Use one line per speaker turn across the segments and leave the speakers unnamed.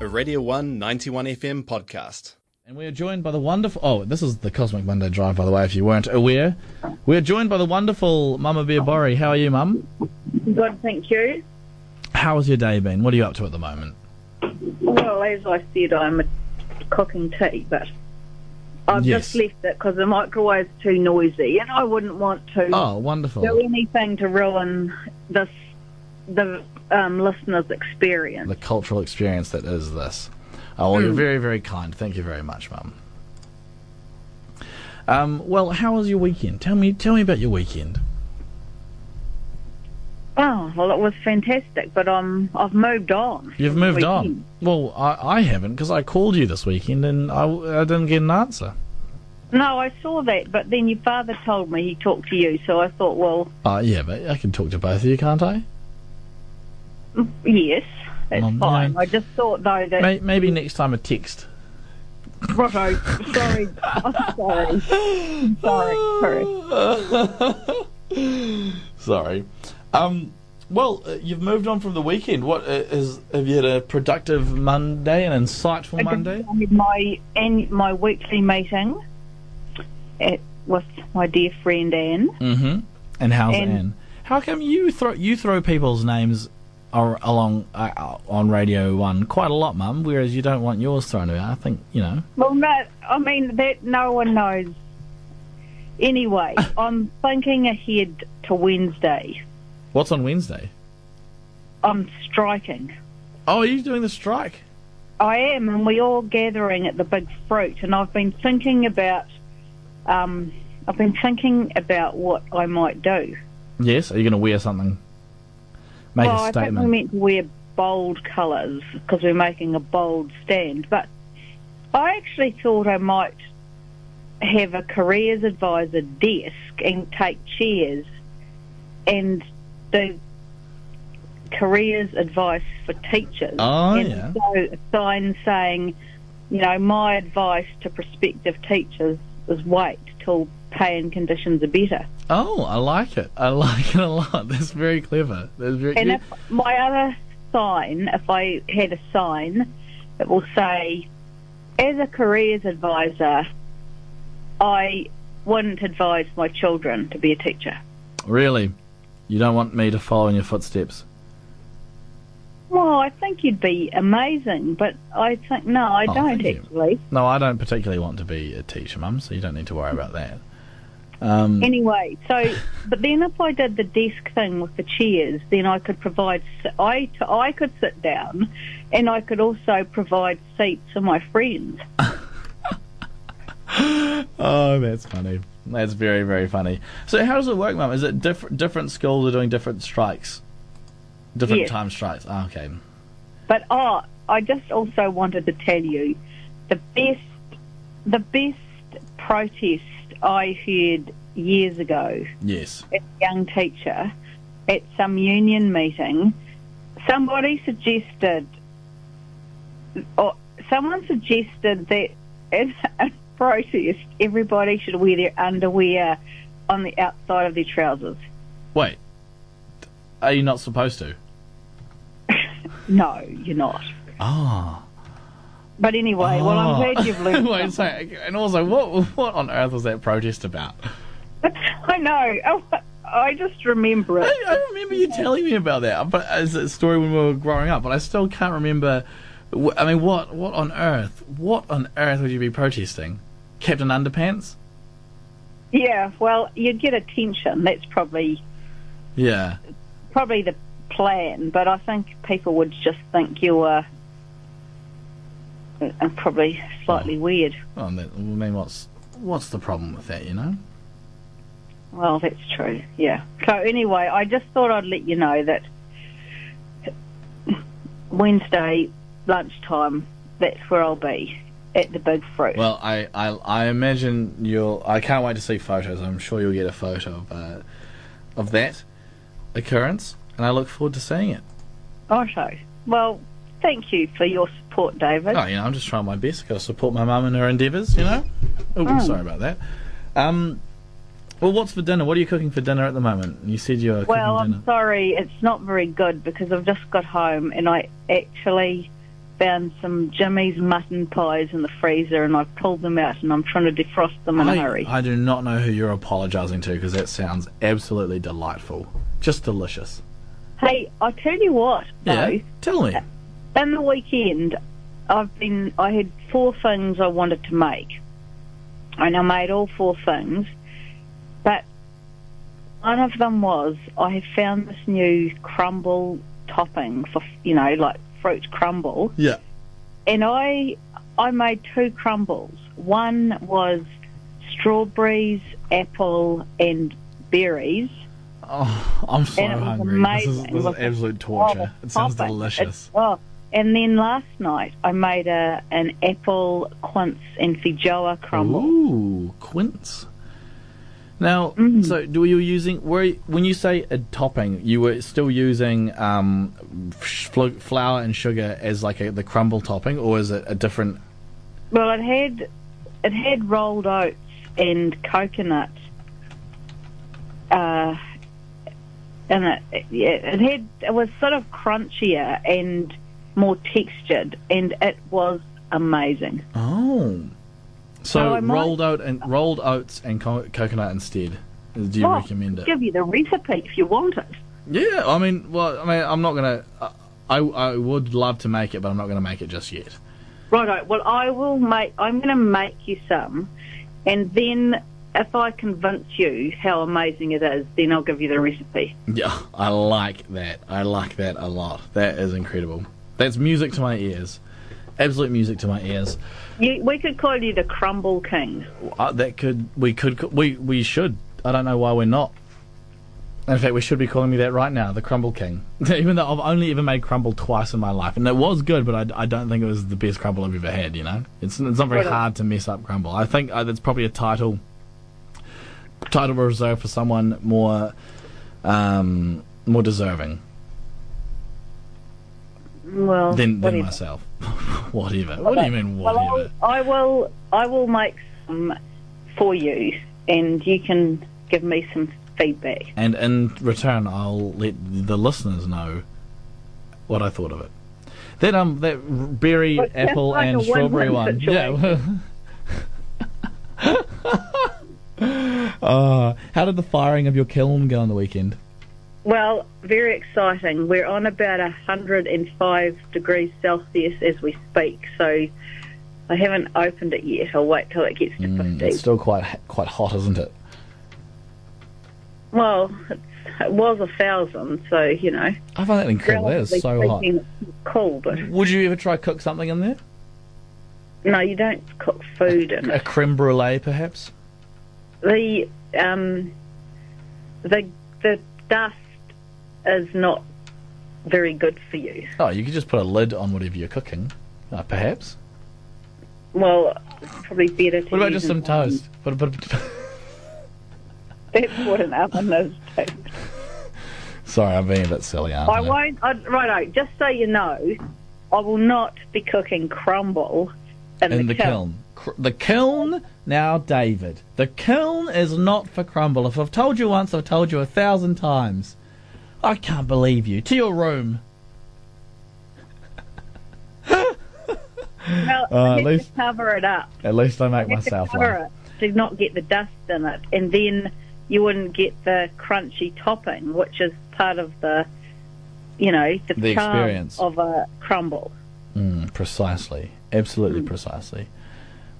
a Radio 1 91 FM podcast.
And we are joined by the wonderful. Oh, this is the Cosmic Monday Drive, by the way, if you weren't aware. We are joined by the wonderful Mama Bear Bori. How are you, Mum?
Good, thank you.
How has your day been? What are you up to at the moment?
Well, as I said, I'm a cooking tea, but I've
Yes.
just left it because the microwave's too noisy, and I wouldn't want to
Oh, wonderful.
do anything to ruin this the um, listener's experience.
The cultural experience that is this. Oh, well, you're very, very kind. Thank you very much, Mum. Um, well, how was your weekend? Tell me, tell me about your weekend.
Oh, well, it was fantastic, but um, I've moved on.
You've moved
Weekend.
on. Well, I, I haven't because I called you this weekend and I, I didn't get an answer.
No, I saw that, but then your father told me he talked to you, so I thought, well,
Oh, yeah, but I can talk to both of you, can't I?
yes, that's
Mum,
fine.
no.
I just thought though that
May- Maybe next time a text.
Righto. Sorry. I'm sorry. Sorry. Sorry.
Sorry. Um, well, uh, you've moved on from the weekend. What uh, is? Have you had a productive Monday, an insightful Monday?
I had my and my weekly meeting at, with my dear friend Anne.
Mm-hmm. And how's
And-
Anne? How come you throw you throw people's names ar- along uh, uh, on Radio One quite a lot, Mum? Whereas you don't want yours thrown about. I think you know.
Well, no, I mean that no one knows. Anyway, I'm thinking ahead to Wednesday.
What's on Wednesday?
I'm striking.
Oh, are you doing the strike?
I am, and we're all gathering at the Big Fruit, and I've been thinking about. Um, I've been thinking about what I might do.
Yes. Are you going to wear something? Make
well,
a statement.
I think we meant to wear bold colours because we're making a bold stand. But I actually thought I might have a careers advisor desk and take chairs and do careers advice for teachers.
Oh,
and
yeah.
So a sign saying, you know, my advice to prospective teachers is wait till pay and conditions are better.
Oh, I like it. I like it a lot. That's very clever. That's very.
And
you-
if my other sign, if I had a sign, it will say, as a careers advisor, I wouldn't advise my children to be a teacher.
Really, you don't want me to follow in your footsteps.
Well, I think you'd be amazing, but I think, no, I
Oh,
don't
thank you.
actually.
No, I don't particularly want to be a teacher, Mum. So you don't need to worry about that. Mm.
Anyway, so, but then if I did the desk thing with the chairs, then I could provide, s- I, I could sit down and I could also provide seats for my friends.
Oh, that's funny. That's very, very funny. So how does it work, Mum? Is it different? Different schools are doing different strikes, different
Yes.
time strikes. Ah, okay.
But oh, I just also wanted to tell you the best the best protest I heard years ago
Yes.
as a young teacher at some union meeting. Somebody suggested, or someone suggested that as a protest, everybody should wear their underwear on the outside of their trousers.
Wait. Are you not supposed to?
No, you're not.
Ah.
But anyway, well, I'm
Oh.
glad you've learned.
Wait. So, and also, what what on earth was that protest about?
I know. Oh, I just remember
I,
it.
I remember you telling me about that, but as a story when we were growing up. But I still can't remember. wh- I mean, what what on earth? What on earth would you be protesting? Captain Underpants?
Yeah. Well, you get attention. That's probably
Yeah.
probably the plan. But I think people would just think you were uh, probably slightly weird.
Well, then- I mean, what's what's the problem with that? You know?
Well, that's true. Yeah. So anyway, I just thought I'd let you know that Wednesday lunchtime. That's where I'll be at the Big Fruit.
Well, I I, I imagine you'll. I can't wait to see photos. I'm sure you'll get a photo of uh, of that occurrence, and I look forward to seeing it.
Otto. Well, thank you for your support, David.
Oh, you know, I'm just trying my best. Got to support my mum in her endeavours, you know. Oh,
Mm.
sorry about that. Um, well, what's for dinner? What are you cooking for dinner at the moment? You said you were
Well,
cooking
I'm
dinner.
sorry, it's not very good because I've just got home and I actually found some Jimmy's mutton pies in the freezer, and I've pulled them out, and I'm trying to defrost them in a
I,
hurry.
I do not know who you're apologising to because that sounds absolutely delightful. Just delicious.
hey, I tell you what,
Yeah.
though,
Tell me.
in the weekend, I've been. I had four things I wanted to make, and I made all four things. But one of them was I have found this new crumble topping for you know like fruit crumble,
Yeah.
and I I made two crumbles. One was strawberries, apple, and berries.
Oh, I'm so
And it was
hungry. This is,
amazing.
this is
It was
absolute
Oh,
torture.
the
It sounds
topping.
delicious.
It's- oh. And then last night I made a an apple quince and feijoa crumble.
Ooh, quince. Now,
Mm-hmm.
so do you using were you- when you say a topping, you were still using um, sh- flo- flour and sugar as like a, the crumble topping, or is it a different?
Well, it had it had rolled oats and coconut uh, in it. Yeah, It had it was sort of crunchier and more textured, and it was amazing.
Oh,
No,
so
I might-
rolled out and rolled oats and co- coconut instead. Do you
Oh,
recommend it?
Give you the recipe if you want it.
Yeah, I mean, well, I mean, I'm not gonna. I I would love to make it, but I'm not gonna make it just yet.
Righto. Well, I will make. I'm going to make you some, and then if I convince you how amazing it is, then I'll give you the recipe.
Yeah, I like that. I like that a lot. That is incredible. That's music to my ears. Absolute music to my ears.
You, we could call you the Crumble King.
Uh, that could we could we we should. I don't know why we're not. In fact, we should be calling me that right now, the Crumble King. Even though I've only ever made crumble twice in my life, and it was good, but I, I don't think it was the best crumble I've ever had. You know, it's it's not very
Right on.
hard to mess up crumble. I think uh, that's probably a title title reserved for someone more um, more deserving.
Well,
Then, then
whatever.
myself. whatever. What do you mean,
Well,
whatever?
I'll, I will. I will make some for you, and you can give me some feedback.
And in return, I'll let the listeners know what I thought of it. That um, that berry,
Well, it sounds
apple,
like a
and
win-win
strawberry one. Yeah. uh, how did the firing of your kiln go on the weekend?
Well, very exciting. We're on about 105 degrees Celsius as we speak, so I haven't opened it yet. I'll wait till it gets to 50.
It's Mm, still quite quite hot, isn't it?
Well, it's, it was a thousand, so you know.
I find that incredible. That
relatively
is so hot.
speaking, it's Cool, but
Would you ever try cook something in there?
no, you don't cook food in
A
it.
creme brulee, perhaps.
The um, the the dust is not very good for you.
Oh, you could just put a lid on whatever you're cooking, uh, perhaps.
Well, it's probably better. To
What about
use
just
an
some
oven.
toast? What about?
That's what an oven is. Too.
Sorry, I'm being a bit silly, aren't I?
I won't. I, righto, just so you know, I will not be cooking crumble in,
In
the,
the kiln. Cr- The kiln, now, David. The kiln is not for crumble. If I've told you once, I've told you a thousand times. I can't believe you. To your room.
Well,
Uh,
I
at
have
least-
to cover it up.
At least I make
I have to cover it to not get the dust in it, and then you wouldn't get the crunchy topping, which is part of the, you know, the,
The
charm
experience.
of a crumble.
Mm, precisely. Absolutely precisely.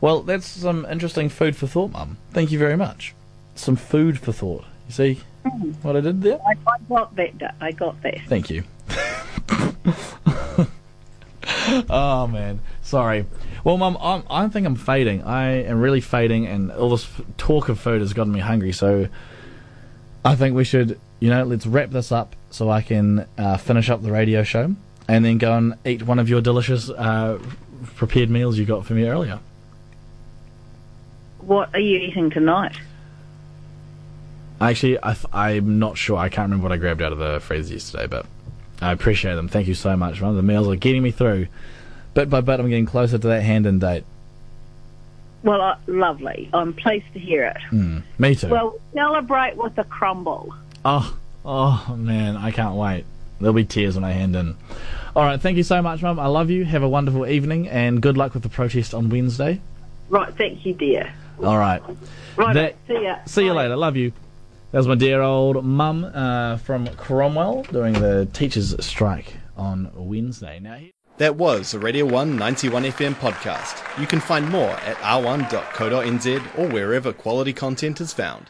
Well, that's some interesting food for thought, Mum. Thank you very much. Some food for thought. You see what I did there?
I, I got that. da- I got that.
Thank you. oh man, sorry. Well, Mum, I'm, I think I'm fading. I am really fading, and all this f- talk of food has gotten me hungry. So, I think we should, you know, let's wrap this up so I can uh, finish up the radio show and then go and eat one of your delicious uh, prepared meals you got for me earlier.
What are you eating tonight?
Actually, I th- I'm not sure. I can't remember what I grabbed out of the freezer yesterday, but I appreciate them. Thank you so much, man. The meals are getting me through. Bit by bit, I'm getting closer to that hand in date.
Well, I, lovely. I'm pleased to hear it.
Hmm. Me too.
Well, celebrate with a crumble.
oh, oh man, I can't wait. There'll be tears when I hand in. All right, thank you so much, Mum. I love you. Have a wonderful evening and good luck with the protest on Wednesday.
Right, thank you, dear.
All right.
Right,
That-
see ya.
See you
Bye.
later. Love you. That was my dear old mum uh, from Cromwell doing the teachers' strike on Wednesday. Now, he-
That was the Radio 1 91 FM podcast. You can find more at r1.co.nz or wherever quality content is found.